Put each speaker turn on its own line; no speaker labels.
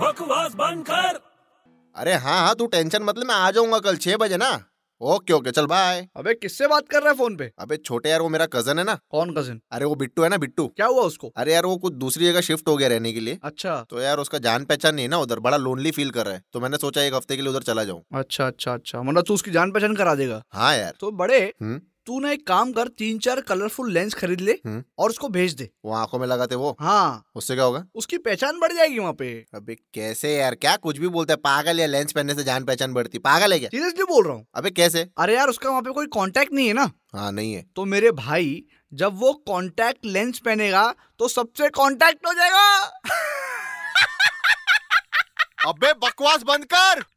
बकवास बंद कर
अरे हाँ हाँ तू टेंशन मतलब मैं आ जाऊंगा कल छह बजे ना ओके ओके चल बाय
अबे किससे बात कर रहा है फोन पे
अबे छोटे यार वो मेरा कजन है ना
कौन कजिन
अरे वो बिट्टू है ना बिट्टू
क्या हुआ उसको
अरे यार वो कुछ दूसरी जगह शिफ्ट हो गया रहने के लिए
अच्छा
तो यार उसका जान पहचान नहीं है ना उधर बड़ा लोनली फील कर रहा है तो मैंने सोचा एक हफ्ते के लिए उधर चला जाऊं
अच्छा अच्छा अच्छा मतलब तू उसकी जान पहचान करा देगा
हाँ यार
तो बड़े
हम्म।
तू ना एक काम कर तीन चार कलरफुल लेंस खरीद ले
हम्म।
और उसको भेज दे
वो आंखों में लगाते वो
हाँ
उससे क्या होगा
उसकी पहचान बढ़ जाएगी वहाँ पे
अबे कैसे यार क्या कुछ भी बोलता है पागल या लेंस पहनने से जान पहचान बढ़ती पागल है क्या
सीरियसली बोल रहा हूँ
अबे कैसे
अरे यार उसका वहाँ पे कोई कांटेक्ट नहीं है ना
हाँ नहीं है
तो मेरे भाई जब वो कांटेक्ट लेंस पहनेगा तो सबसे कांटेक्ट हो जाएगा
अबे बकवास बंद कर